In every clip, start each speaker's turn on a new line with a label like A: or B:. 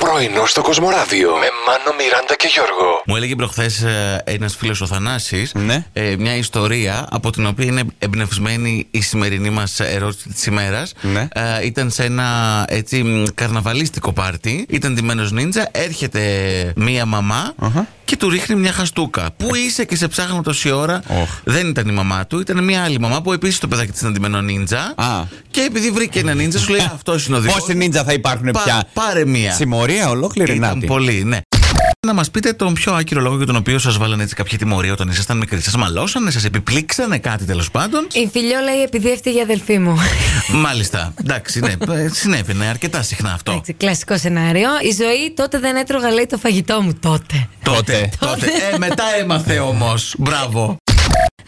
A: Πρωινό στο Κοσμοράδιο με Μάνο, Μιράντα και Γιώργο.
B: Μου έλεγε προχθές ένας φίλος ο Θανάσης
C: Ναι.
B: ε, μια ιστορία από την οποία είναι εμπνευσμένη η σημερινή μας ερώτηση της ημέρας.
C: Ναι.
B: Ε, ήταν σε ένα έτσι μ, καρναβαλίστικο πάρτι. Ήταν ντυμένος νίντζα. Έρχεται μία μαμά
C: Αχα. Ε.
B: και του ρίχνει μια χαστούκα. Πού είσαι και σε ψάχνω τόση ώρα.
C: Οχ.
B: Δεν ήταν η μαμά του, ήταν μια άλλη μαμά που επίσης το παιδάκι της ήταν ντυμένο νίντζα.
C: Α.
B: Και επειδή βρήκε ένα νίντζα, σου λέει αυτός είναι ο δικός.
C: Πόσοι νίντζα θα υπάρχουν πια.
B: πάρε μία.
C: Συμμορία ολόκληρη να
B: Ήταν
C: τη.
B: πολύ, ναι. Να μας πείτε τον πιο άκυρο λόγο για τον οποίο σας βάλανε έτσι κάποια τιμωρία όταν ήσασταν μικροί. Σας μαλώσανε, σας επιπλήξανε κάτι τέλος πάντων.
D: Η φιλιόλα λέει επειδή έφταιγε η αδελφή μου. Ε.
B: Μάλιστα. Εντάξει, ναι, ε, συνέβαινε αρκετά συχνά αυτό.
D: Εντάξει, κλασικό σενάριο. Η ζωή τότε δεν έτρωγα, λέει, το φαγητό μου τότε.
B: Τότε, τότε. Ε, μετά έμαθε όμως. Μπράβο.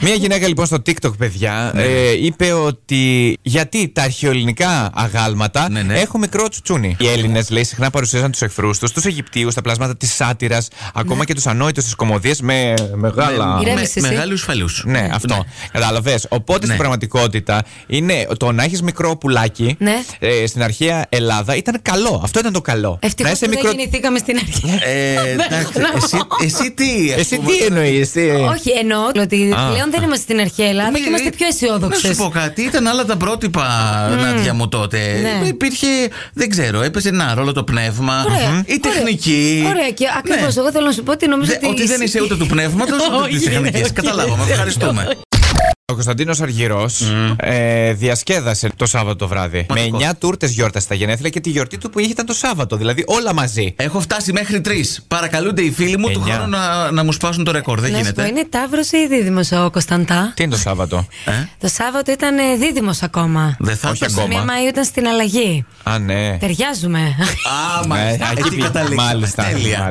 C: Μία γυναίκα λοιπόν στο TikTok, παιδιά, ε, είπε ότι γιατί τα αρχαιοελληνικά αγάλματα
B: Ναι, ναι.
C: έχουν μικρό τσουτσούνι. Οι Έλληνες, λέει, συχνά παρουσίαζαν τους εχθρούς τους, τους Αιγυπτίους, τα πλάσματα της σάτυρας, ακόμα και τους ανόητους τη κομμωδία με
B: Ναι,
C: μεγάλα.
D: Ηρέμησε εσύ.
B: Μεγάλους φαλιού.
C: Ναι, αυτό. Κατάλαβες. Οπότε
B: Ναι.
C: στην πραγματικότητα είναι το να έχεις μικρό πουλάκι
D: Ναι.
C: ε, στην αρχαία Ελλάδα ήταν καλό. Αυτό ήταν το καλό.
D: Ευτυχώ
C: να
D: που
C: είσαι
D: δεν
C: μικρό.
D: γεννηθήκαμε στην αρχή.
B: Ναι. Ε,
D: Ναι.
B: εντάξει, εσύ, εσύ τι. ας
C: Εσύ ε?
B: πούμε.
C: τι εννοείς,
B: Ναι.
D: Όχι, εννοώ ότι πλέον δεν είμαστε στην αρχαία Ελλάδα και είμαστε πιο
B: Να
D: αισιόδοξε.
B: σου πω κάτι, ήταν άλλα τα πρότυπα, Νάντια μου τότε.
D: Ναι.
B: Υπήρχε, δεν ξέρω, έπαιζε ένα ρόλο το πνεύμα,
D: Ωραία,
B: η τεχνική.
D: Ωραία, ωραία και ακριβώς.
B: Ναι.
D: Εγώ θέλω να σου πω ότι νομίζω
B: Δε-
D: ότι.
B: ότι δεν είσαι ούτε του πνεύματος ούτε τη
D: Όχι,
B: τεχνικής.
D: όχι,
B: Καταλάβαμε.
D: δεν
B: Ευχαριστούμε.
C: Ο Κωνσταντίνος Αργυρός ε, διασκέδασε το Σάββατο το βράδυ.
B: Μοναδικό.
C: Με 9 τούρτε γιόρτασε τα γενέθλια και τη γιορτή του που είχε ήταν το Σάββατο. Δηλαδή όλα μαζί.
B: Έχω φτάσει μέχρι τρεις. Παρακαλούνται οι φίλοι μου του
C: Εννιά.
B: χρόνου να, να μου σπάσουν το ρεκόρ. Δεν
D: Να σου πω,
B: γίνεται.
D: είναι τάβρο ή δίδυμος ο Κωνσταντά.
C: Τι είναι το Σάββατο.
B: Ε?
D: Το Σάββατο ήταν δίδυμος ακόμα.
B: Δεν θα
C: Όχι
B: έπαιζε.
C: ακόμα.
D: Μία Μαΐου ήταν στην αλλαγή.
C: Α, ναι.
D: Ταιριάζουμε.
B: Α,
C: Ναι,
B: μάλιστα.
C: εκεί
B: Εκεί
C: πήγε.
B: καταλήξαμε.
C: Μάλιστα.
B: Τέλεια.